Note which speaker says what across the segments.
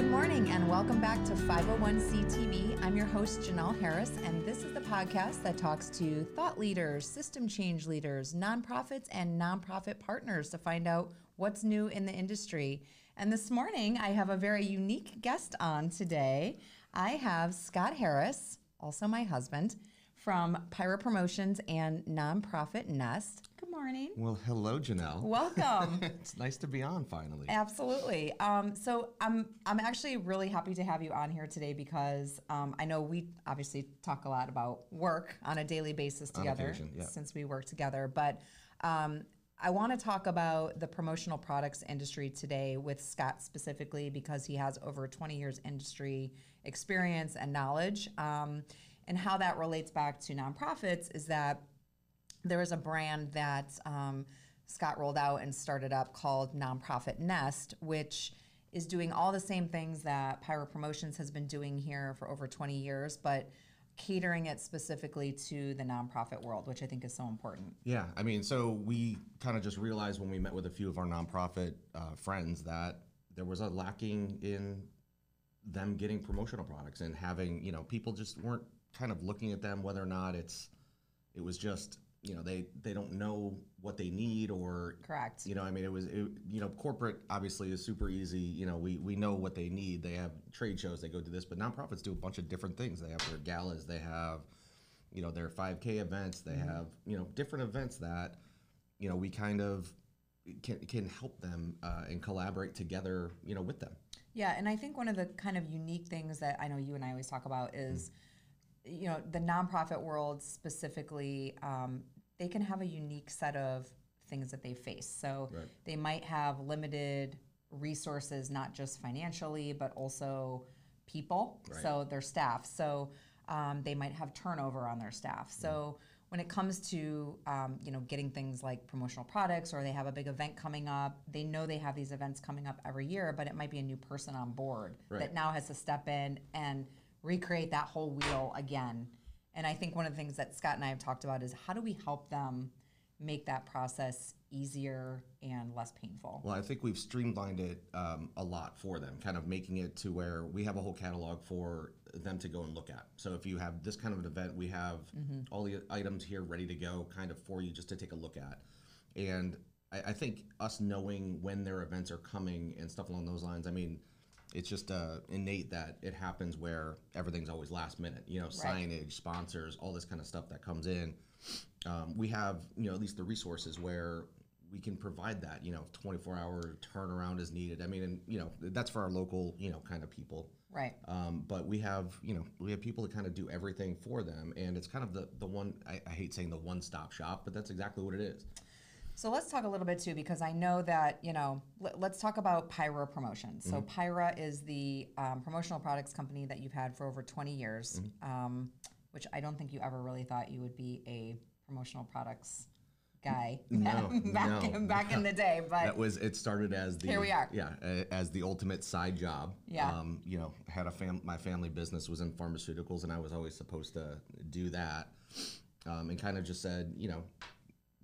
Speaker 1: and welcome back to 501c TV. I'm your host, Janelle Harris, and this is the podcast that talks to thought leaders, system change leaders, nonprofits, and nonprofit partners to find out what's new in the industry. And this morning, I have a very unique guest on today. I have Scott Harris, also my husband, from Pyra Promotions and Nonprofit Nest. Good morning.
Speaker 2: Well, hello, Janelle.
Speaker 1: Welcome.
Speaker 2: it's nice to be on finally.
Speaker 1: Absolutely. Um, so I'm I'm actually really happy to have you on here today because um, I know we obviously talk a lot about work on a daily basis together
Speaker 2: occasion, yeah.
Speaker 1: since we work together, but. Um, I want to talk about the promotional products industry today with Scott specifically because he has over 20 years industry experience and knowledge. Um, and how that relates back to nonprofits is that there was a brand that um, Scott rolled out and started up called Nonprofit Nest, which is doing all the same things that Pyro Promotions has been doing here for over 20 years, but catering it specifically to the nonprofit world, which I think is so important.
Speaker 2: Yeah, I mean, so we kind of just realized when we met with a few of our nonprofit uh, friends that there was a lacking in them getting promotional products and having, you know, people just weren't kind of looking at them whether or not it's it was just, you know, they they don't know what they need or
Speaker 1: Correct.
Speaker 2: You know, I mean, it was it, you know, corporate obviously is super easy. You know, we we know what they need. They have trade shows, they go do this, but nonprofits do a bunch of different things. They have their galas, they have you know their 5K events, they have you know different events that you know we kind of can can help them uh, and collaborate together. You know, with them.
Speaker 1: Yeah, and I think one of the kind of unique things that I know you and I always talk about is, you know, the nonprofit world specifically, um, they can have a unique set of things that they face. So
Speaker 2: Right.
Speaker 1: they might have limited resources, not just financially, but also people. So their staff. So um, they might have turnover on their staff. So when it comes to um, you know getting things like promotional products or they have a big event coming up, they know they have these events coming up every year, but it might be a new person on board that
Speaker 2: Right.
Speaker 1: now has to step in and recreate that whole wheel again. And I think one of the things that Scott and I have talked about is how do we help them make that process easier and less painful.
Speaker 2: Well, I think we've streamlined it um, a lot for them, kind of making it to where we have a whole catalog for them to go and look at. So if you have this kind of an event, we have all the items here ready to go, kind of for you just to take a look at. And I, I think us knowing when their events are coming and stuff along those lines. I mean, it's just uh, innate that it happens where everything's always last minute. You know, signage, sponsors, all this kind of stuff that comes in um, we have you know at least the resources where we can provide that you know 24 hour turnaround is needed i mean and you know that's for our local you know kind of people
Speaker 1: Right.
Speaker 2: um, but we have you know we have people to kind of do everything for them and it's kind of the the one i, I hate saying the one stop shop but that's exactly what it is
Speaker 1: So let's talk a little bit too, because I know that, you know, let, us talk about Pyra Promotions. So
Speaker 2: Mm-hmm.
Speaker 1: Pyra is the um, promotional products company that you've had for over 20 years,
Speaker 2: Mm-hmm.
Speaker 1: um, which I don't think you ever really thought you would be a promotional products guy
Speaker 2: No,
Speaker 1: back,
Speaker 2: no.
Speaker 1: in, back in the day. But
Speaker 2: that was it started as the
Speaker 1: Here we are.
Speaker 2: yeah a- as the ultimate side job
Speaker 1: Yeah.
Speaker 2: um, you know had a fam my family business was in pharmaceuticals and i was always supposed to do that um, and kind of just said you know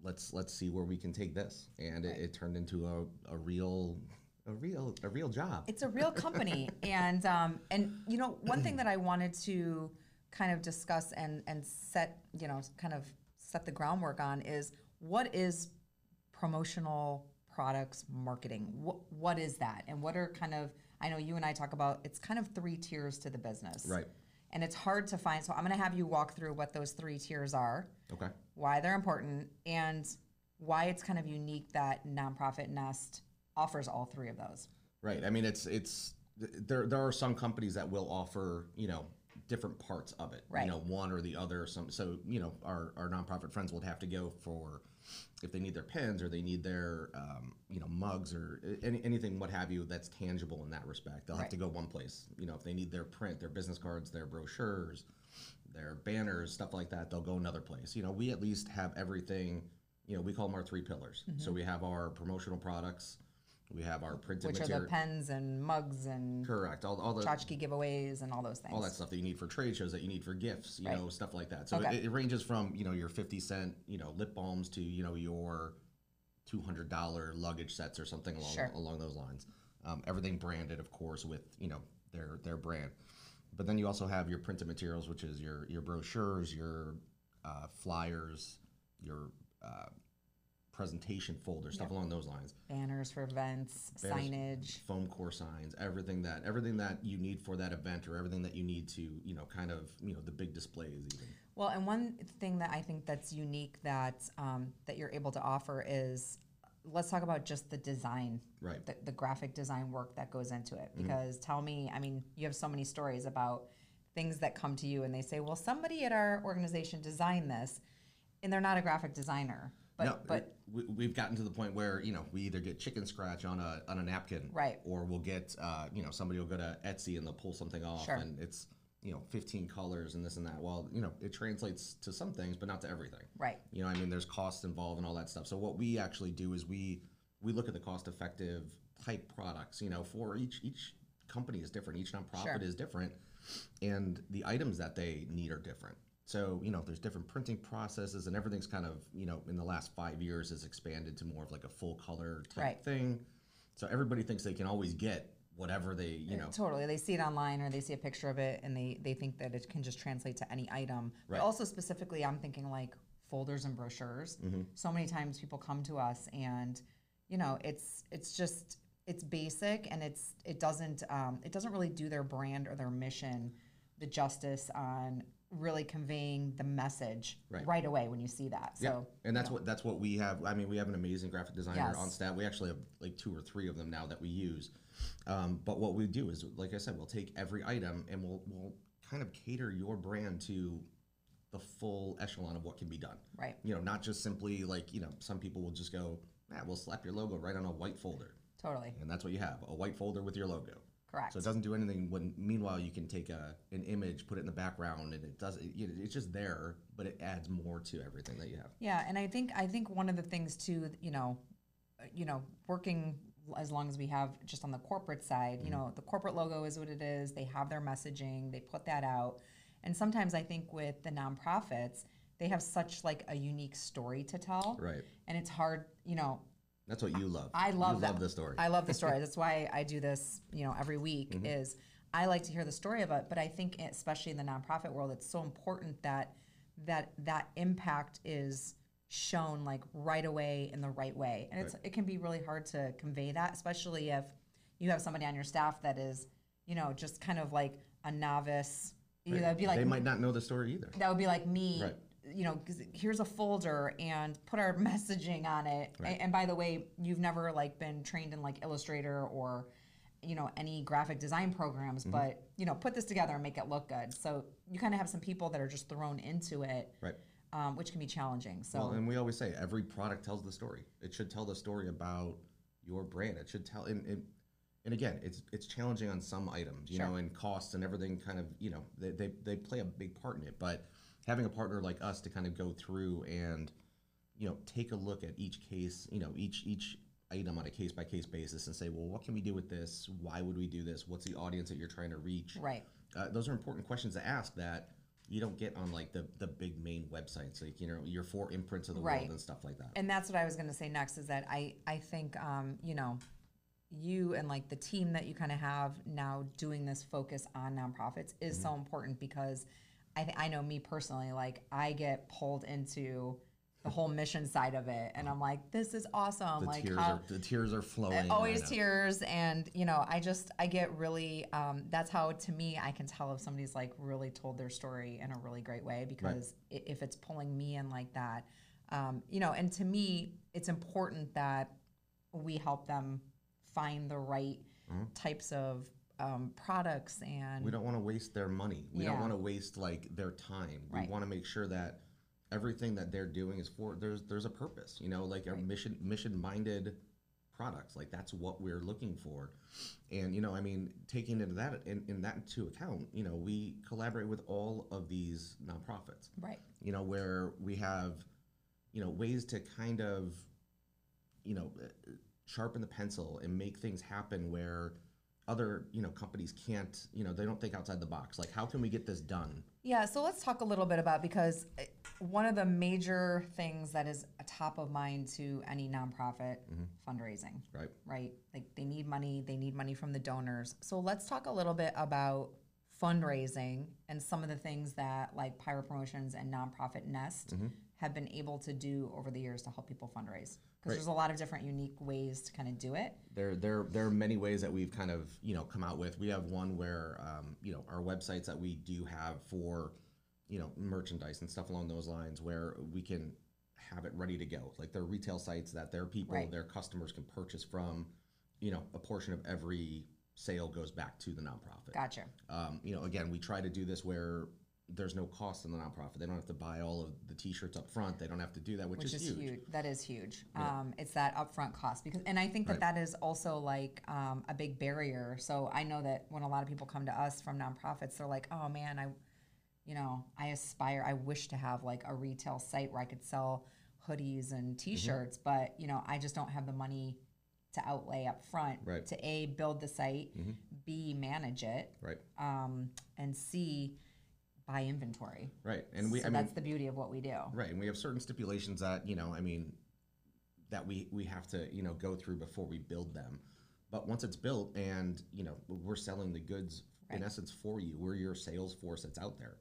Speaker 2: let's let's see where we can take this and it, it turned into a, a real a real a real job
Speaker 1: it's a real company and um, and you know one thing that i wanted to kind of discuss and and set you know kind of set the groundwork on is what is promotional products marketing what, what is that and what are kind of i know you and i talk about it's kind of three tiers to the business
Speaker 2: Right.
Speaker 1: and it's hard to find so i'm going to have you walk through what those three tiers are
Speaker 2: okay
Speaker 1: why they're important and why it's kind of unique that nonprofit nest offers all three of those
Speaker 2: Right. I mean, it's it's th- there. There are some companies that will offer you know different parts of it.
Speaker 1: Right.
Speaker 2: You know, one or the other. Some so you know our our nonprofit friends would have to go for if they need their pens or they need their um, you know mugs or a- any, anything what have you that's tangible in that respect. They'll have to go one place. You know, if they need their print, their business cards, their brochures, their banners, stuff like that, they'll go another place. You know, we at least have everything. You know, we call them our three pillars.
Speaker 1: Mm-hmm.
Speaker 2: So we have our promotional products. We have our printed
Speaker 1: which are
Speaker 2: material.
Speaker 1: the pens and mugs and
Speaker 2: Correct. All, all the
Speaker 1: tchotchke giveaways and all those things.
Speaker 2: all that stuff that you need for trade shows, that you need for gifts, you
Speaker 1: Right.
Speaker 2: know, stuff like that. So
Speaker 1: Okay.
Speaker 2: it, it ranges from you know your fifty cent you know lip balms to you know your two hundred dollar luggage sets or something along
Speaker 1: Sure.
Speaker 2: along those lines. Um, everything branded, of course, with you know their their brand. But then you also have your printed materials, which is your your brochures, your uh, flyers, your uh, presentation folders, stuff along those lines.
Speaker 1: Banners for events, signage.
Speaker 2: foam core signs, everything that everything that you need for that event or everything that you need to, you know, kind of, you know, the big displays even.
Speaker 1: Well, and one thing that I think that's unique that um, that you're able to offer is let's talk about just the design,
Speaker 2: Right. Mm-hmm.
Speaker 1: the, the graphic design work that goes into it. Because tell me, I mean, you have so many stories about things that come to you and they say, well, somebody at our organization designed this, and they're not a graphic designer, but
Speaker 2: no,
Speaker 1: but
Speaker 2: we, we've gotten to the point where you know we either get chicken scratch on a on a napkin,
Speaker 1: Right.
Speaker 2: or we'll get uh, you know somebody will go to Etsy and they'll pull something off,
Speaker 1: Sure.
Speaker 2: and it's you know 15 colors and this and that. Well, you know it translates to some things, but not to everything.
Speaker 1: right,
Speaker 2: You know, I mean, there's costs involved and all that stuff. So what we actually do is we we look at the cost-effective type products. You know, for each each company is different, each nonprofit
Speaker 1: Sure.
Speaker 2: is different, and the items that they need are different. So you know, there's different printing processes, and everything's kind of you know in the last five years has expanded to more of like a full color type
Speaker 1: Right.
Speaker 2: thing. So everybody thinks they can always get whatever they you know
Speaker 1: totally. They see it online or they see a picture of it and they they think that it can just translate to any item.
Speaker 2: Right.
Speaker 1: But also specifically, I'm thinking like folders and brochures.
Speaker 2: Mm-hmm.
Speaker 1: So many times people come to us and you know it's it's just it's basic and it's it doesn't um, it doesn't really do their brand or their mission the justice on really conveying the message
Speaker 2: Right.
Speaker 1: away when you see that. So.
Speaker 2: Yeah, and that's what that's what we have. I mean, we have an amazing graphic designer
Speaker 1: Yes.
Speaker 2: on staff. We actually have like two or three of them now that we use. Um, but what we do is, like I said, we'll take every item and we'll we'll kind of cater your brand to the full echelon of what can be done.
Speaker 1: Right.
Speaker 2: You know, not just simply like you know, some people will just go, "Ah, we'll slap your logo right on a white folder,"
Speaker 1: Totally.
Speaker 2: and that's what you have: a white folder with your logo.
Speaker 1: Correct.
Speaker 2: So it doesn't do anything. When meanwhile, you can take a an image, put it in the background, and it does. It, you know, it's just there, but it adds more to everything that you have.
Speaker 1: Yeah, and I think I think one of the things too, you know, uh, you know, working as long as we have just on the corporate side, you know, the corporate logo is what it is. They have their messaging, they put that out. And sometimes I think with the nonprofits, they have such like a unique story to tell.
Speaker 2: Right.
Speaker 1: And it's hard, you know,
Speaker 2: That's what you love.
Speaker 1: I love
Speaker 2: you
Speaker 1: that.
Speaker 2: love the story. Mm-hmm.
Speaker 1: I love the story. That's why I do this, you know, every week is I like to hear the story of it, but I think especially in the nonprofit world, it's so important that that that impact is shown like right away in the right way. And it's it can be really hard to convey that, especially if you have somebody on your staff that is, you know, just kind of like a novice. You know, that'd be like
Speaker 2: they might not know the story either.
Speaker 1: that would be like me
Speaker 2: Right.
Speaker 1: you know 'cause here's a folder and put our messaging on it A- and, by the way you've never like been trained in like illustrator or you know any graphic design programs
Speaker 2: Mm-hmm.
Speaker 1: but you know put this together and make it look good so you kind of have some people that are just thrown into it
Speaker 2: Right.
Speaker 1: um, which can be challenging so
Speaker 2: Well, and we always say every product tells the story. It should tell the story about your brand. It should tell and and, and again, it's it's challenging on some items, you
Speaker 1: Sure.
Speaker 2: know, and costs and everything kind of, you know, they, they they play a big part in it, but having a partner like us to kind of go through and you know, take a look at each case, you know, each each item on a case by case basis and say, well, what can we do with this? Why would we do this? What's the audience that you're trying to reach?
Speaker 1: right
Speaker 2: uh, those are important questions to ask that you don't get on like the the big main websites like you know your four imprints of the
Speaker 1: Right.
Speaker 2: world and stuff like that
Speaker 1: and that's what I was going to say next is that I I think um, you know you and like the team that you kind of have now doing this focus on nonprofits is
Speaker 2: Mm-hmm.
Speaker 1: so important because I th- I know me personally like I get pulled into the whole mission side of it and I'm like this is awesome
Speaker 2: the
Speaker 1: like
Speaker 2: tears
Speaker 1: how-
Speaker 2: are the tears are flowing
Speaker 1: always
Speaker 2: I know.
Speaker 1: tears and you know i just i get really um, that's how to me i can tell if somebody's like really told their story in a really great way because i if it's pulling me in like that um, you know and to me it's important that we help them find the right types of um, products and
Speaker 2: Mm-hmm. we don't want to waste their money we
Speaker 1: Yeah.
Speaker 2: don't want to waste like their time we
Speaker 1: Right.
Speaker 2: want to make sure that everything that they're doing is for there's there's a purpose you know like a mission mission minded products like that's what we're looking for and you know i mean taking into that in, in that into account you know we collaborate with all of these nonprofits
Speaker 1: right
Speaker 2: you know, where we have, you know, ways to kind of, you know, uh, sharpen the pencil and make things happen where other you know companies can't you know they don't think outside the box like how can we get this done
Speaker 1: Yeah, so let's talk a little bit about because uh, one of the major things that is a top of mind to any nonprofit
Speaker 2: Mm-hmm.
Speaker 1: fundraising,
Speaker 2: right
Speaker 1: right? Like they need money, they need money from the donors. So let's talk a little bit about fundraising and some of the things that like Pyro Promotions and Nonprofit Nest have been able to do over the years to help people fundraise. Because there's a lot of different unique ways to kind of do it.
Speaker 2: there there there are many ways that we've kind of you know come out with we have one where um, you know our websites that we do have for you know merchandise and stuff along those lines where we can have it ready to go like there are retail sites that their people
Speaker 1: Right.
Speaker 2: their customers can purchase from you know a portion of every sale goes back to the nonprofit
Speaker 1: Gotcha.
Speaker 2: um, you know again we try to do this where there's no cost in the nonprofit they don't have to buy all of the t-shirts up front they don't have to do that which,
Speaker 1: which
Speaker 2: is,
Speaker 1: is
Speaker 2: huge.
Speaker 1: huge. That is huge. Um, it's that upfront cost because, and I think that that is also like um, a big barrier. So I know that when a lot of people come to us from nonprofits, they're like, "Oh man, I, you know, I aspire, I wish to have like a retail site where I could sell hoodies
Speaker 2: Mm-hmm.
Speaker 1: and T-shirts, but you know, I just don't have the money to outlay up front
Speaker 2: Right. Mm-hmm.
Speaker 1: to a build the site, b manage it,
Speaker 2: right
Speaker 1: um, and c buy inventory.
Speaker 2: right and we
Speaker 1: so
Speaker 2: i mean
Speaker 1: that's the beauty of what we do.
Speaker 2: Right, and we have certain stipulations that you know, I mean, that we we have to you know go through before we build them. But once it's built, and you know, we're selling the goods in essence for you. We're your sales force that's out there.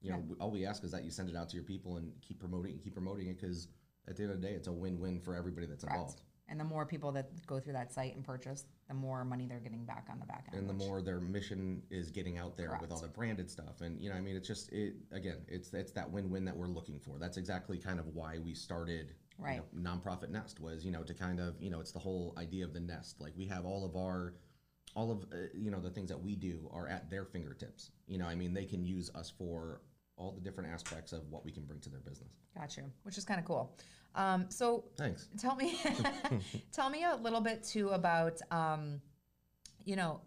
Speaker 2: You know, all we ask is that you send it out to your people and keep promoting and keep promoting it because at the end of the day, it's a win-win for everybody that's involved.
Speaker 1: And the more people that go through that site and purchase, the more money they're getting back on the back end.
Speaker 2: And the more their mission is getting out there with all
Speaker 1: Correct.
Speaker 2: the branded stuff, and you know, I mean, it's just it again, it's it's that win-win that we're looking for. That's exactly kind of why we started you know,
Speaker 1: Right.
Speaker 2: nonprofit Nest was you know to kind of you know it's the whole idea of the nest. Like we have all of our all of uh, you know the things that we do are at their fingertips. You know, I mean, they can use us for all the different aspects of what we can bring to their business.
Speaker 1: Gotcha, which is kind of cool. Um, so
Speaker 2: Thanks.
Speaker 1: tell me, tell me a little bit too about, um, you know,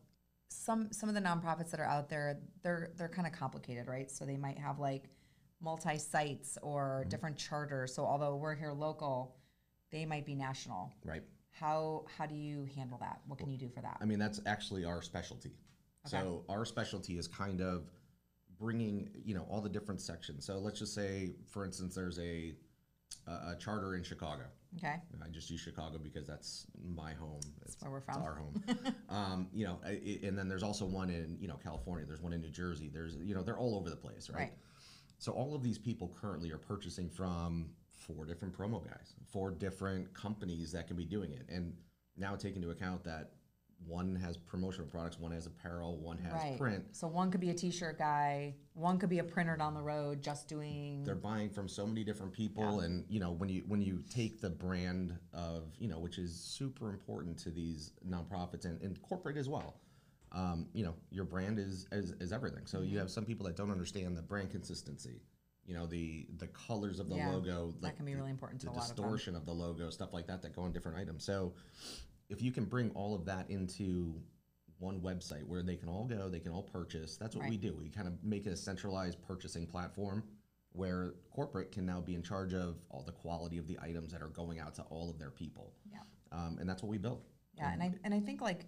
Speaker 1: some some of the nonprofits that are out there. They're they're kind of complicated, right? So they might have like multi sites or
Speaker 2: Mm-hmm.
Speaker 1: different charters. So although we're here local, they might be national.
Speaker 2: Right.
Speaker 1: How how do you handle that? What can you do for that?
Speaker 2: I mean, that's actually our specialty. So our specialty is kind of bringing, you know, all the different sections. So let's just say, for instance, there's a a, a charter in Chicago.
Speaker 1: Okay,
Speaker 2: I just use Chicago because that's my home. It's,
Speaker 1: where we're
Speaker 2: it's
Speaker 1: from.
Speaker 2: our home. um, you know, I- I- and then there's also one in you know California. There's one in New Jersey. There's you know they're all over the place, right?
Speaker 1: Right.
Speaker 2: So all of these people currently are purchasing from four different promo guys, four different companies that can be doing it, and now take into account that one has promotional products, one has apparel, one has
Speaker 1: right.
Speaker 2: print.
Speaker 1: So one could be a T-shirt guy, one could be a printer down the road, just doing.
Speaker 2: they're buying from so many different people and you know when you when you take the brand of you know which is super important to these nonprofits and, and corporate as well um, you know your brand is is, is everything so
Speaker 1: Mm-hmm.
Speaker 2: you have some people that don't understand the brand consistency you know the the colors of the
Speaker 1: Yeah,
Speaker 2: logo
Speaker 1: that can be really important to a
Speaker 2: the
Speaker 1: lot of them.
Speaker 2: distortion of the logo stuff like that that go on different items so if you can bring all of that into one website where they can all go, they can all purchase. That's what we do. We kind of make it a centralized purchasing platform where corporate can now be in charge of all the quality of the items that are going out to all of their people.
Speaker 1: Yeah.
Speaker 2: Um, and that's what we built.
Speaker 1: Yeah, and I and I think like,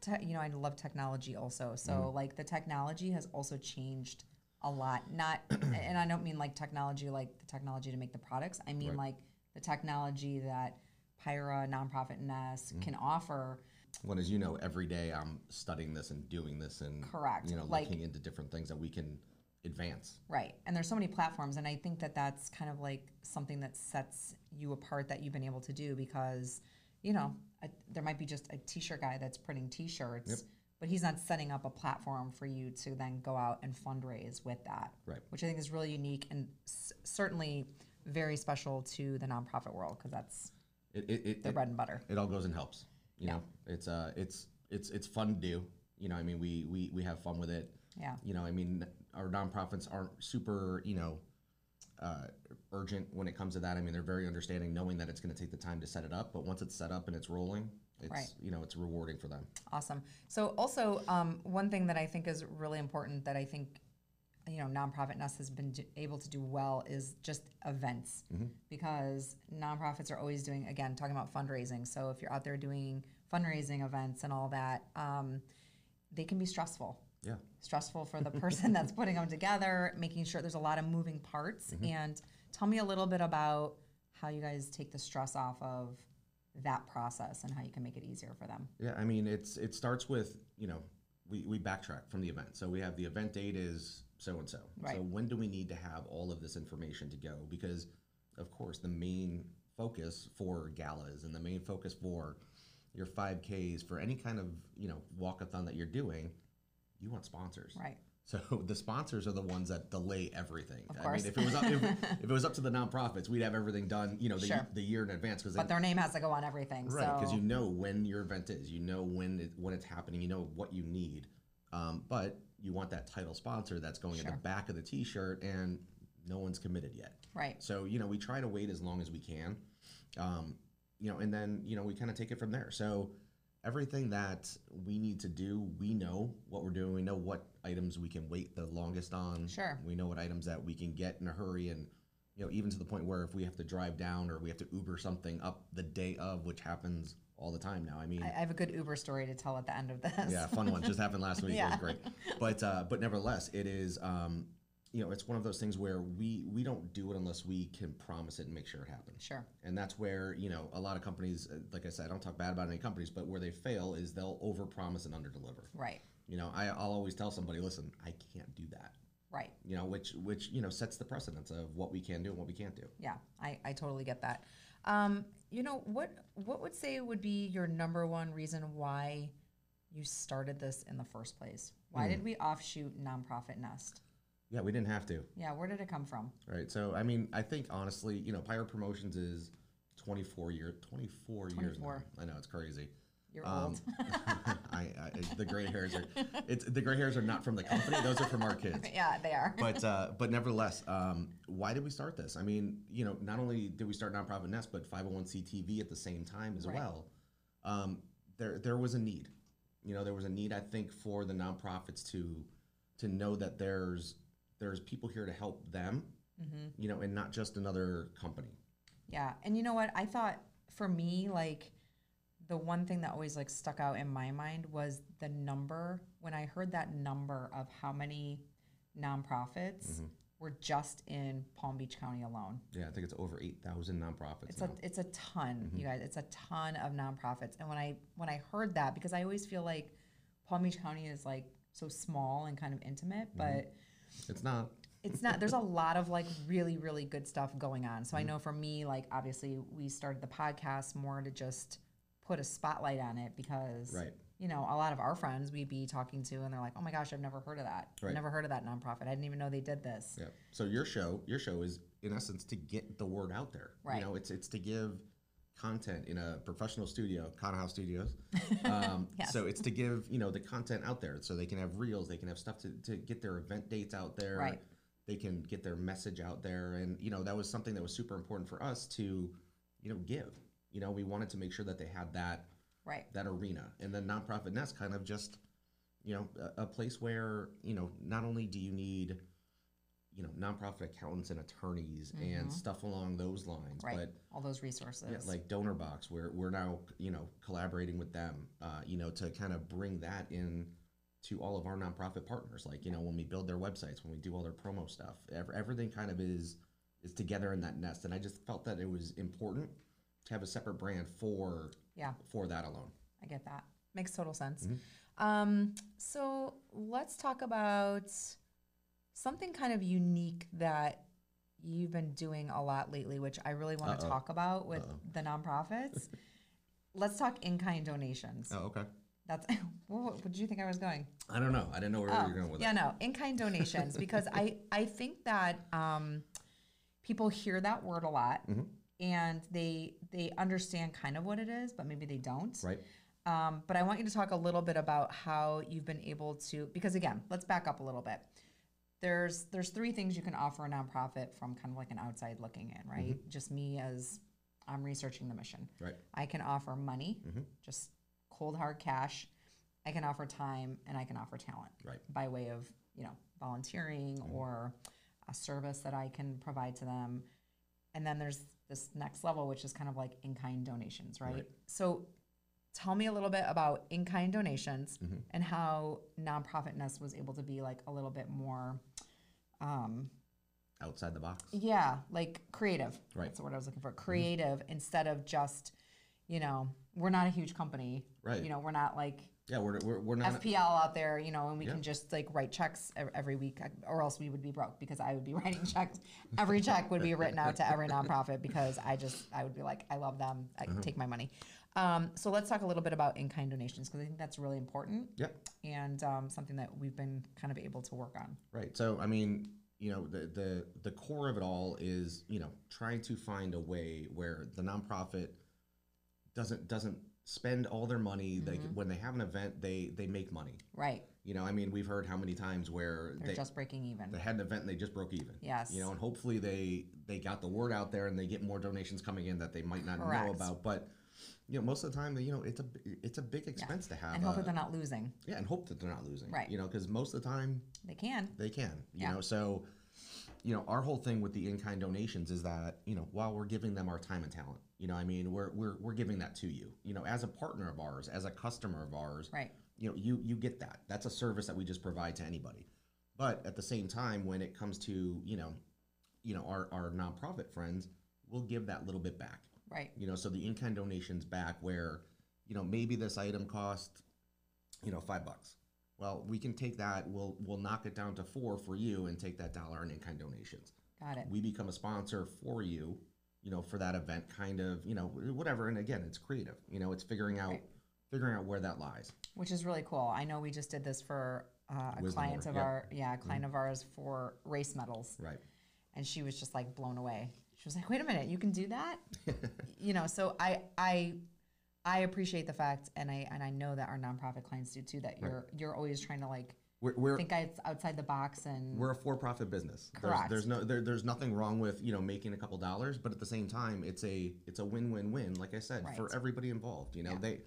Speaker 1: te- you know, I love technology also. So
Speaker 2: Mm-hmm.
Speaker 1: like the technology has also changed a lot. Not, and I don't mean like technology like the technology to make the products. I mean like the technology that Pyra, nonprofit Nest
Speaker 2: Mm-hmm.
Speaker 1: can offer.
Speaker 2: When, as you know, every day I'm studying this and doing this and
Speaker 1: Correct.
Speaker 2: you know
Speaker 1: Like-
Speaker 2: looking into different things that we can advance.
Speaker 1: Right. And there's so many platforms. And I think that that's kind of like something that sets you apart that you've been able to do because, you know, a, there might be just a t shirt guy that's printing t shirts, but he's not setting up a platform for you to then go out and fundraise with that.
Speaker 2: Right.
Speaker 1: Which I think is really unique and s- certainly very special to the nonprofit world because that's
Speaker 2: It, it, it,
Speaker 1: their
Speaker 2: it-
Speaker 1: bread and butter.
Speaker 2: it all goes and helps. You know, it's uh, it's it's it's fun to do. You know, I mean, we we we have fun with it.
Speaker 1: Yeah.
Speaker 2: You know, I mean, our nonprofits aren't super, you know, uh, urgent when it comes to that. I mean, they're very understanding, knowing that it's going to take the time to set it up. But once it's set up and it's rolling, it's
Speaker 1: Right.
Speaker 2: you know, it's rewarding for them.
Speaker 1: Awesome. So also, um, one thing that I think is really important that I think, you know, nonprofit Nest has been do- able to do well is just events because nonprofits are always doing, again, talking about fundraising. So if you're out there doing fundraising events and all that, um, they can be stressful.
Speaker 2: Yeah.
Speaker 1: Stressful for the person that's putting them together, making sure there's a lot of moving parts. And tell me a little bit about how you guys take the stress off of that process and how you can make it easier for them.
Speaker 2: Yeah, I mean, it's it starts with you know we, we backtrack from the event. So we have the event date is so and so. So
Speaker 1: Right.
Speaker 2: when do we need to have all of this information to go? Because of course the main focus for galas and the main focus for your 5Ks for any kind of you know walkathon that you're doing, you want sponsors.
Speaker 1: Right.
Speaker 2: So the sponsors are the ones that delay everything.
Speaker 1: Of
Speaker 2: I
Speaker 1: course.
Speaker 2: mean, if it was up, if, if it was up to the nonprofits, we'd have everything done, you know, the,
Speaker 1: Sure.
Speaker 2: the year in advance because
Speaker 1: But their name has to go on everything.
Speaker 2: Right,
Speaker 1: so
Speaker 2: because you know when your event is, you know when it, when it's happening, you know what you need, um, but you want that title sponsor that's going at
Speaker 1: Sure.
Speaker 2: the back of the T-shirt, and no one's committed yet.
Speaker 1: right.
Speaker 2: So you know we try to wait as long as we can, um, you know, and then you know we kind of take it from there. So everything that we need to do, we know what we're doing. We know what items we can wait the longest on.
Speaker 1: Sure.
Speaker 2: We know what items that we can get in a hurry and. You know, even to the point where if we have to drive down or we have to Uber something up the day of, which happens all the time now. I mean,
Speaker 1: I, I have a good Uber story to tell at the end of this.
Speaker 2: yeah, fun one. Just happened last week. It
Speaker 1: Yeah.
Speaker 2: was great. But uh, but nevertheless, it is um, you know it's one of those things where we we don't do it unless we can promise it and make sure it happens.
Speaker 1: Sure.
Speaker 2: And that's where you know a lot of companies, uh, like I said, I don't talk bad about any companies, but where they fail is they'll overpromise and underdeliver.
Speaker 1: Right.
Speaker 2: You know, I, I'll always tell somebody, listen, I can't do that.
Speaker 1: Right.
Speaker 2: You know, which which you know sets the precedence of what we can do and what we can't do.
Speaker 1: Yeah, I, I totally get that. Um, you know what what would say would be your number one reason why you started this in the first place?
Speaker 2: Hmm.
Speaker 1: Why did we offshoot nonprofit nest?
Speaker 2: Yeah, we didn't have to.
Speaker 1: Yeah, where did it come from?
Speaker 2: Right. So I mean, I think honestly, you know, Pirate Promotions is 24 year 24, years now.
Speaker 1: 24.
Speaker 2: I know it's crazy.
Speaker 1: You're
Speaker 2: Um,
Speaker 1: old.
Speaker 2: I, I, the gray hairs are it's the gray hairs are not from the company; those are from our kids.
Speaker 1: yeah, they are.
Speaker 2: But uh, but nevertheless, um, why did we start this? I mean, you know, not only did we start nonprofit Nest, but 501c/TV at the same time as
Speaker 1: Right.
Speaker 2: well. Um, there there was a need. You know, there was a need I think for the nonprofits to to know that there's there's people here to help them.
Speaker 1: Mm-hmm.
Speaker 2: You know, and not just another company.
Speaker 1: Yeah, and you know what? I thought for me, like the one thing that always like stuck out in my mind was the number. When I heard that number of how many nonprofits were just in Palm Beach County alone,
Speaker 2: Yeah, I think it's over 8,000 nonprofits.
Speaker 1: It's
Speaker 2: now.
Speaker 1: a it's a ton, you guys. It's a ton of nonprofits. And when I when I heard that, because I always feel like Palm Beach County is like so small and kind of intimate, but
Speaker 2: it's not.
Speaker 1: it's not. There's a lot of like really really good stuff going on. So I know for me, like obviously we started the podcast more to just put a spotlight on it because
Speaker 2: Right.
Speaker 1: you know a lot of our friends we'd be talking to and they're like, oh my gosh, I've never heard of that. I've
Speaker 2: Right.
Speaker 1: never heard of that nonprofit. I didn't even know they did this.
Speaker 2: Yeah. So your show, your show is in essence to get the word out there.
Speaker 1: Right.
Speaker 2: You know, it's it's to give content in a professional studio, Connor House Studios. Um,
Speaker 1: Yes.
Speaker 2: So it's to give you know the content out there, so they can have reels, they can have stuff to to get their event dates out there.
Speaker 1: Right.
Speaker 2: They can get their message out there, and you know that was something that was super important for us to, you know, give. You know, we wanted to make sure that they had that
Speaker 1: Right.
Speaker 2: that arena and then nonprofit nest kind of just you know a, a place where you know not only do you need you know nonprofit accountants and attorneys and stuff along those lines
Speaker 1: Right.
Speaker 2: but
Speaker 1: All those resources.
Speaker 2: yeah, like donor box where we're now you know collaborating with them uh, you know to kind of bring that in to all of our nonprofit partners like you know when we build their websites when we do all their promo stuff ev- everything kind of is is together in that nest and i just felt that it was important to have a separate brand for
Speaker 1: yeah.
Speaker 2: for that alone
Speaker 1: I get that. Makes total sense.
Speaker 2: Mm-hmm.
Speaker 1: Um, so let's talk about something kind of unique that you've been doing a lot lately, which I really want to
Speaker 2: Uh-oh.
Speaker 1: talk about with
Speaker 2: Uh-oh.
Speaker 1: the nonprofits. let's talk in kind donations.
Speaker 2: oh okay
Speaker 1: That's what, what did you think I was going?
Speaker 2: I don't know. I didn't know where
Speaker 1: Oh,
Speaker 2: you were going with
Speaker 1: yeah,
Speaker 2: it.
Speaker 1: no, in kind donations because I I think that um, people hear that word a lot
Speaker 2: Mm-hmm.
Speaker 1: and they they understand kind of what it is, but maybe they don't.
Speaker 2: Right?
Speaker 1: Um, but I want you to talk a little bit about how you've been able to, because again, let's back up a little bit. There's there's three things you can offer a nonprofit from kind of like an outside looking in, right? Just me as I'm researching the mission.
Speaker 2: Right.
Speaker 1: I can offer money, just cold hard cash. I can offer time, and I can offer talent
Speaker 2: Right.
Speaker 1: by way of you know volunteering or a service that I can provide to them. And then there's this next level, which is kind of like in kind donations, right?
Speaker 2: Right.
Speaker 1: So Tell me a little bit about in kind donations and how nonprofit Nest was able to be like a little bit more, um,
Speaker 2: outside the box.
Speaker 1: yeah, like creative.
Speaker 2: Right. Mm-hmm.
Speaker 1: That's the word I was looking for. Creative instead of just, you know, we're not a huge company.
Speaker 2: Right.
Speaker 1: You know, we're not like
Speaker 2: Yeah, we're, we're, we're not.
Speaker 1: FPL out there, you know, and we
Speaker 2: Yeah.
Speaker 1: can just like write checks ev- every week, uh, or else we would be broke because I would be writing checks. Every check would be written out to every nonprofit because I just I would be like, I love them. I
Speaker 2: Mm-hmm.
Speaker 1: take my money. Um, so let's talk a little bit about in-kind donations because I think that's really important
Speaker 2: Yeah,
Speaker 1: and um, something that we've been kind of able to work on.
Speaker 2: right. So I mean, you know, the the the core of it all is you know trying to find a way where the nonprofit doesn't doesn't spend all their money. They
Speaker 1: Mm-hmm.
Speaker 2: when they have an event, they they make money.
Speaker 1: Right?
Speaker 2: You know, I mean, we've heard how many times where
Speaker 1: They're
Speaker 2: they,
Speaker 1: just breaking even.
Speaker 2: they had an event and they just broke even.
Speaker 1: Yes.
Speaker 2: You know, and hopefully they they got the word out there and they get more donations coming in that they might not know
Speaker 1: Correct.
Speaker 2: about. But you know, most of the time, you know, it's a it's a big expense to have.
Speaker 1: and hopefully
Speaker 2: a-
Speaker 1: they're not losing.
Speaker 2: yeah, and hope that they're not losing.
Speaker 1: Right.
Speaker 2: You know, because most of the time
Speaker 1: They can.
Speaker 2: they can. You
Speaker 1: Yeah.
Speaker 2: know, so you know, our whole thing with the in-kind donations is that you know, while we're giving them our time and talent, you know, I mean, we're we're we're giving that to you. You know, as a partner of ours, as a customer of ours,
Speaker 1: Right.
Speaker 2: you know you you get that that's a service that we just provide to anybody but at the same time when it comes to you know you know our our nonprofit friends we'll give that little bit back
Speaker 1: Right.
Speaker 2: you know so the in-kind donations back where you know maybe this item cost you know five bucks well we can take that we'll we'll knock it down to four for you and take that dollar in in-kind donations
Speaker 1: Got it.
Speaker 2: we become a sponsor for you you know for that event kind of you know whatever and again it's creative you know it's figuring out
Speaker 1: Right.
Speaker 2: figuring out where that lies
Speaker 1: which is really cool. I know we just did this for uh, a
Speaker 2: Wisdom
Speaker 1: client of
Speaker 2: Award, yeah. Mm-hmm.
Speaker 1: our yeah, a client of ours for race medals,
Speaker 2: right
Speaker 1: and she was just like blown away. She was like, "Wait a minute, you can do that?" you know, so I I I appreciate the fact, and I and I know that our nonprofit clients do too. That you're you're always trying to like
Speaker 2: We're, we're,
Speaker 1: think out- outside the box and
Speaker 2: we're a for-profit business.
Speaker 1: Correct.
Speaker 2: There's, there's no there, there's nothing wrong with you know making a couple dollars, but at the same time, it's a it's a win-win-win. Like I said,
Speaker 1: Right.
Speaker 2: for everybody involved. You know they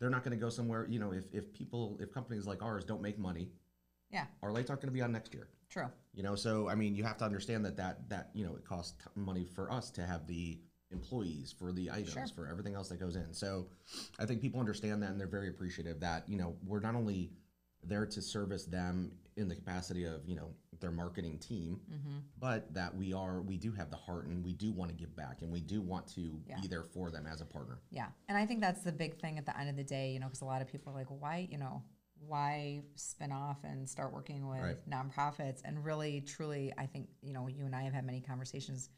Speaker 2: they're not going to go somewhere. You know if if people if companies like ours don't make money,
Speaker 1: yeah,
Speaker 2: our lights aren't going to be on next year.
Speaker 1: true,
Speaker 2: You know, so I mean, you have to understand that that that you know it costs t- money for us to have the employees for the items
Speaker 1: Sure.
Speaker 2: for everything else that goes in. So I think people understand that and they're very appreciative that you know we're not only there to service them in the capacity of you know their marketing team,
Speaker 1: mm-hmm.
Speaker 2: but that we are we do have the heart and we do want to give back and we do want to
Speaker 1: Yeah.
Speaker 2: be there for them as a partner.
Speaker 1: yeah. And I think that's the big thing at the end of the day, you know, because a lot of people are like, "Why, you know." Why spin off and start working with
Speaker 2: Right.
Speaker 1: nonprofits? And really, truly, I think you know you and I have had many conversations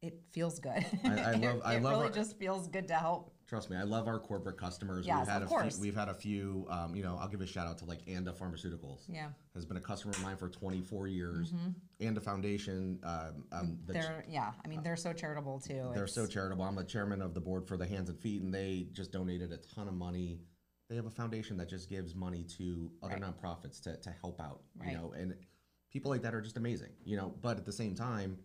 Speaker 1: it feels good.
Speaker 2: I
Speaker 1: It-
Speaker 2: love- I
Speaker 1: it
Speaker 2: love
Speaker 1: really
Speaker 2: our-
Speaker 1: just feels good to help.
Speaker 2: Trust me, I love our corporate customers.
Speaker 1: Yes,
Speaker 2: we've had
Speaker 1: of
Speaker 2: a
Speaker 1: course.
Speaker 2: Few, we've had a few. Um, you know, I'll give a shout out to like Anda Pharmaceuticals.
Speaker 1: Yeah. Mm-hmm.
Speaker 2: has been a customer of mine for 24 years, and a foundation. Um, um, the ch-
Speaker 1: They're yeah. I mean, they're so charitable too.
Speaker 2: they're
Speaker 1: It's-
Speaker 2: so charitable. I'm the chairman of the board for the Hands and Feet, and they just donated a ton of money. They have a foundation that just gives money to other nonprofits to, to help out,
Speaker 1: Right.
Speaker 2: you know, and people like that are just amazing, you know. But at the same time,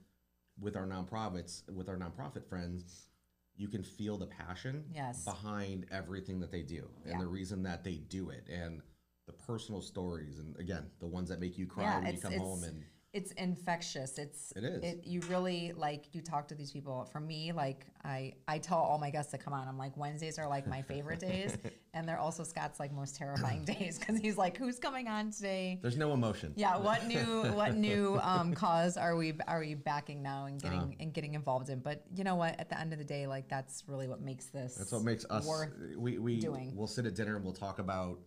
Speaker 2: with our nonprofits, with our nonprofit friends, you can feel the passion
Speaker 1: Yes.
Speaker 2: behind everything that they do and
Speaker 1: Yeah.
Speaker 2: the reason that they do it and the personal stories and again the ones that make you cry
Speaker 1: yeah,
Speaker 2: when you
Speaker 1: it's,
Speaker 2: come
Speaker 1: it's,
Speaker 2: home and
Speaker 1: it's infectious. It's
Speaker 2: It is.
Speaker 1: you really like you talk to these people. For me, like I I tell all my guests to come on. I'm like Wednesdays are like my favorite days, and they're also Scott's like most terrifying days because he's like, who's coming on today?
Speaker 2: there's no emotion.
Speaker 1: Yeah, what new what new um, cause are we are we backing now and getting and getting involved in? But you know what? At the end of the day, like that's really what makes this.
Speaker 2: That's what makes us.
Speaker 1: worth
Speaker 2: we we
Speaker 1: doing.
Speaker 2: we'll sit at dinner and we'll talk about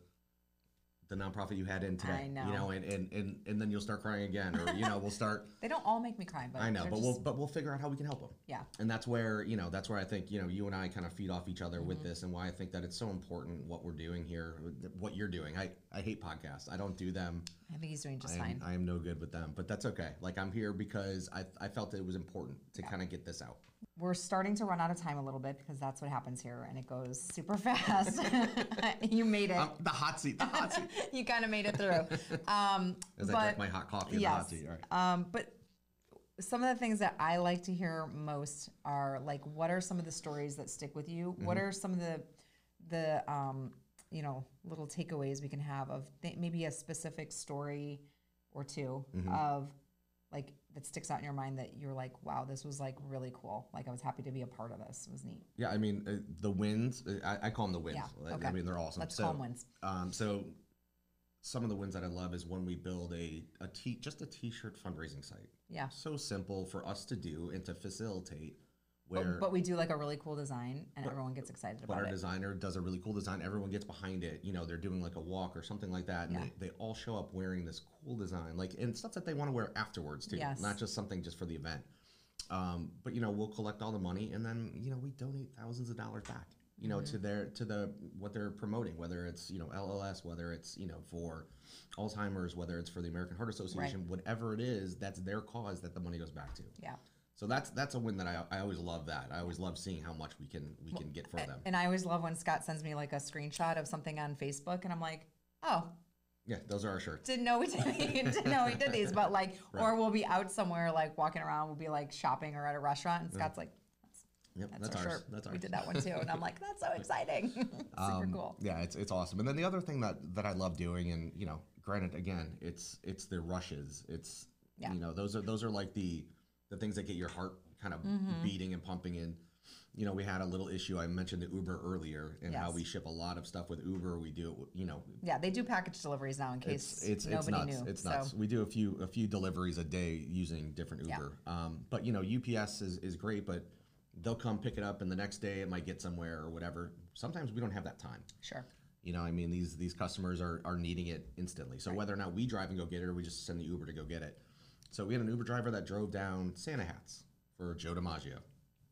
Speaker 2: the nonprofit you had in today.
Speaker 1: I know.
Speaker 2: You know, and and and, and then you'll start crying again, or you know, we'll start.
Speaker 1: They don't all make me cry, but
Speaker 2: I know,
Speaker 1: they're
Speaker 2: but
Speaker 1: just-
Speaker 2: we'll but we'll figure out how we can help them.
Speaker 1: yeah,
Speaker 2: And that's where you know that's where I think you know you and I kind of feed off each other
Speaker 1: Mm-hmm.
Speaker 2: with this, and why I think that it's so important what we're doing here, what you're doing. I I hate podcasts. I don't do them.
Speaker 1: I think he's doing just
Speaker 2: I am,
Speaker 1: fine.
Speaker 2: I am no good with them, but that's okay. Like I'm here because I I felt it was important to kind of get this out.
Speaker 1: We're starting to run out of time a little bit because that's what happens here, and it goes super fast. you made it.
Speaker 2: Um, the hot seat. The hot seat.
Speaker 1: you kind of made it through. Um,
Speaker 2: As I
Speaker 1: but
Speaker 2: drink my hot coffee in the hot
Speaker 1: yes,
Speaker 2: seat. All right.
Speaker 1: um, but some of the things that I like to hear most are like, what are some of the stories that stick with you? What
Speaker 2: Mm-hmm.
Speaker 1: are some of the the um, you know little takeaways we can
Speaker 2: Mm-hmm.
Speaker 1: have of th- maybe a specific story or 2 of like that sticks out in your mind that you're like, wow, this was like really cool. Like I was happy to be a part of this. It was neat.
Speaker 2: Yeah, I mean uh, the wins. uh, I, I call them the wins.
Speaker 1: Yeah,
Speaker 2: I- I
Speaker 1: okay.
Speaker 2: mean they're awesome.
Speaker 1: Let's
Speaker 2: so,
Speaker 1: call 'em wins.
Speaker 2: Um, so some of the wins that I love is when we build a a t just a t-shirt fundraising site.
Speaker 1: Yeah.
Speaker 2: So simple for us to do and to facilitate. Where
Speaker 1: But, but we do like a really cool design and everyone gets excited
Speaker 2: but
Speaker 1: about
Speaker 2: our
Speaker 1: it.
Speaker 2: designer does a really cool design. Everyone gets behind it. You know, they're doing like a walk or something like that, and
Speaker 1: Yeah.
Speaker 2: they, they all show up wearing this cool design, like and stuff that they want to wear afterwards too,
Speaker 1: Yes.
Speaker 2: not just something just for the event. Um, but you know, we'll collect all the money, and then you know we donate thousands of dollars back. You know,
Speaker 1: Mm-hmm.
Speaker 2: to their to the what they're promoting, whether it's you know LLS, whether it's you know for Alzheimer's, whether it's for the American Heart Association, whatever it is, that's their cause that the money goes back to.
Speaker 1: Yeah.
Speaker 2: So that's that's a win that I, I always love that. I always love seeing how much we can we can get for them.
Speaker 1: And I always love when Scott sends me like a screenshot of something on Facebook and I'm like, oh,
Speaker 2: Yeah, those are our shirts.
Speaker 1: didn't know we did didn't know we did these, but like, or we'll be out somewhere like walking around, we'll be like shopping or at a restaurant, and Scott's like,
Speaker 2: Yep,
Speaker 1: "That's,
Speaker 2: that's,
Speaker 1: our
Speaker 2: ours.
Speaker 1: shirt.
Speaker 2: That's ours. Um,
Speaker 1: We did that one too," and I'm like, "That's so exciting, super cool."
Speaker 2: Yeah, it's it's awesome. And then the other thing that that I love doing, and you know, granted, again, it's it's the rushes. It's
Speaker 1: Yeah.
Speaker 2: you know, those are those are like the the things that get your heart kind of
Speaker 1: Mm-hmm.
Speaker 2: beating and pumping. And you know, we had a little issue. I mentioned the Uber earlier and how
Speaker 1: Yes.
Speaker 2: we ship a lot of stuff with Uber. We do it, w- you know.
Speaker 1: Yeah, they do package deliveries now in case
Speaker 2: It's it's it's
Speaker 1: nobody
Speaker 2: nuts.
Speaker 1: knew.
Speaker 2: It's nuts.
Speaker 1: So
Speaker 2: We do a few a few deliveries a day using different Uber. Um, but you know UPS is, is great, but they'll come pick it up and the next day it might get somewhere or whatever. Sometimes we don't have that time.
Speaker 1: sure,
Speaker 2: You know, I mean, these these customers are are needing it instantly. So whether or not we drive and go get it, or we just send the Uber to go get it. So we had an Uber driver that drove down Santa hats for Joe DiMaggio.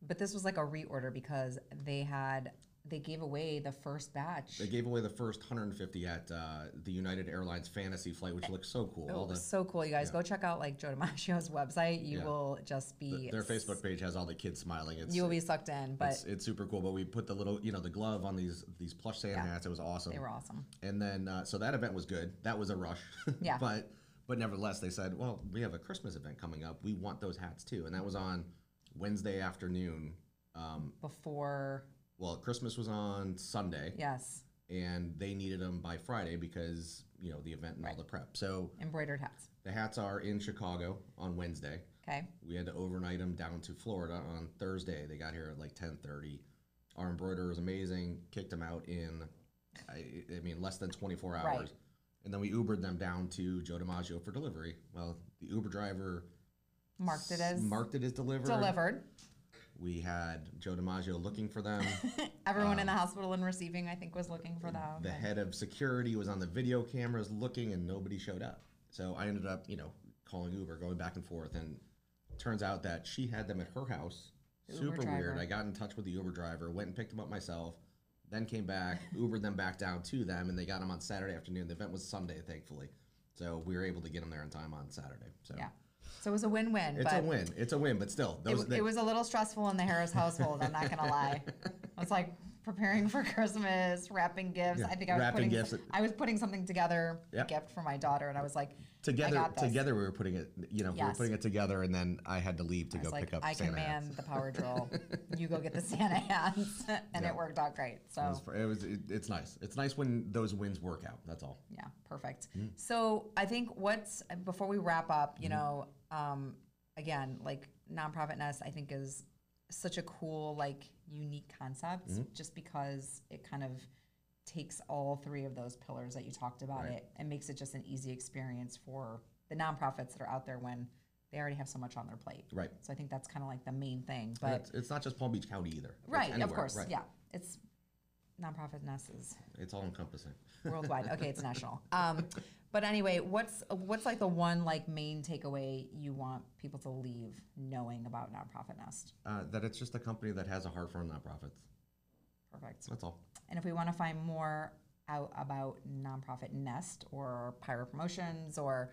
Speaker 1: but this was like a reorder because they had they gave away the first batch.
Speaker 2: They gave away the first 150 at uh, the United Airlines Fantasy flight, which looks so cool. All
Speaker 1: It was
Speaker 2: the,
Speaker 1: so cool, you guys. Go check out like Joe DiMaggio's website. You
Speaker 2: Yeah.
Speaker 1: will just be
Speaker 2: their Facebook page has all the kids smiling. It's
Speaker 1: You will be sucked in, but
Speaker 2: it's, it's super cool. But we put the little, you know, the glove on these these plush Santa hats. It was awesome.
Speaker 1: they were awesome.
Speaker 2: And then, uh, so that event was good. That was a rush.
Speaker 1: Yeah.
Speaker 2: but, but nevertheless, they said, well, we have a Christmas event coming up. We want those hats too. And that was on Wednesday afternoon. Um,
Speaker 1: Before
Speaker 2: well, Christmas was on Sunday,
Speaker 1: yes,
Speaker 2: and they needed them by Friday because you know the event and all the prep. So
Speaker 1: embroidered hats.
Speaker 2: the hats are in Chicago on Wednesday.
Speaker 1: Okay,
Speaker 2: We had to overnight them down to Florida on Thursday. They got here at like 10:30. Our embroiderer was amazing. Kicked them out in, I, I mean, less than 24 hours.
Speaker 1: Right.
Speaker 2: And then we Ubered them down to Joe DiMaggio for delivery. Well, the Uber driver
Speaker 1: marked it as
Speaker 2: marked it as delivered.
Speaker 1: delivered.
Speaker 2: We had Joe DiMaggio looking for them.
Speaker 1: Everyone in the hospital and receiving, I think, was looking for them.
Speaker 2: the head of security was on the video cameras looking, and nobody showed up. So I ended up, you know, calling Uber, going back and forth, and turns out that she had them at her house.
Speaker 1: The Uber
Speaker 2: Super weird.
Speaker 1: driver.
Speaker 2: I got in touch with the Uber driver, went and picked them up myself, then came back, Ubered them back down to them, and they got them on Saturday afternoon. The event was Sunday, thankfully, so we were able to get them there on time on Saturday. So
Speaker 1: yeah. So it was a win-win.
Speaker 2: it's
Speaker 1: but
Speaker 2: a win. It's a win, but still, those
Speaker 1: It,
Speaker 2: that-
Speaker 1: it was a little stressful in the Harris household. I'm not gonna lie. I was like preparing for Christmas, wrapping gifts. I think I was putting,
Speaker 2: wrapping gifts.
Speaker 1: I was putting something together,
Speaker 2: Yep.
Speaker 1: gift for my daughter, and I was like, I
Speaker 2: together.
Speaker 1: got this.
Speaker 2: Together, we were putting it. You know, we were
Speaker 1: Yes.
Speaker 2: putting it together, and then I had to leave to
Speaker 1: I
Speaker 2: go
Speaker 1: was like,
Speaker 2: pick up
Speaker 1: I
Speaker 2: Santa hats.
Speaker 1: command the power drill. you go get the Santa hats, and
Speaker 2: Yeah.
Speaker 1: it worked out great. So
Speaker 2: It was, fr- it was it, it's nice. It's nice when those wins work out. That's all.
Speaker 1: Yeah, perfect.
Speaker 2: Hmm.
Speaker 1: So I think what's before we wrap up, you know, um, again, like nonprofitness, I think is such a cool, like, unique concept,
Speaker 2: Hmm.
Speaker 1: just because it kind of takes all three of those pillars that you talked about.
Speaker 2: Right.
Speaker 1: It and makes it just an easy experience for the nonprofits that are out there when they already have so much on their plate.
Speaker 2: Right.
Speaker 1: So I think that's kind of like the main thing,
Speaker 2: And
Speaker 1: but
Speaker 2: it's, it's not just Palm Beach County either. It's
Speaker 1: right, of
Speaker 2: anywhere,
Speaker 1: course,
Speaker 2: right.
Speaker 1: yeah, it's nonprofitness is
Speaker 2: It's all encompassing.
Speaker 1: worldwide. Okay, it's national. Um, but anyway, what's what's like the one like main takeaway you want people to leave knowing about Nonprofit Nest?
Speaker 2: Uh, that it's just a company that has a heart for nonprofits.
Speaker 1: Perfect.
Speaker 2: That's all.
Speaker 1: And if we want to find more out about Nonprofit Nest or Pyro Promotions or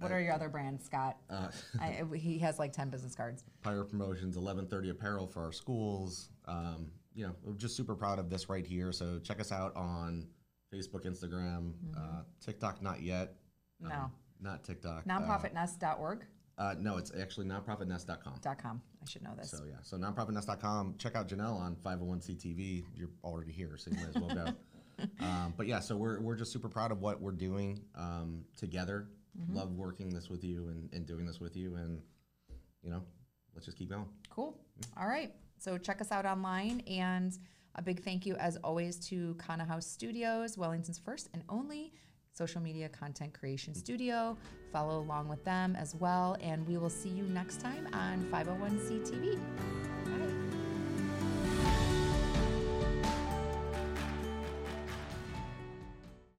Speaker 1: what are your other brands, Scott?
Speaker 2: Uh,
Speaker 1: I, he has like ten business cards.
Speaker 2: Pyro Promotions, 1130 Apparel for our schools. Um, you know, we're just super proud of this right here. So check us out on Facebook, Instagram, uh, TikTok, not yet.
Speaker 1: Mm-hmm.
Speaker 2: Um,
Speaker 1: No.
Speaker 2: Not TikTok.
Speaker 1: Nonprofitnest.org.com.
Speaker 2: Uh, uh, no, it's actually nonprofitnest.com.
Speaker 1: I should know this.
Speaker 2: So yeah, so nonprofitnest.com. Check out Janelle on 501c.tv. You're already here, so you might as well go. um, but yeah, so we're, we're just super proud of what we're doing um, together. Love working this with you and, and doing this with you, and you know, let's just keep going.
Speaker 1: Cool. All right. So check us out online. And a big thank you, as always, to Kana House Studios, Wellington's first and only social media content creation studio. oh Follow along with them as well. And we will see you next time on 501c TV.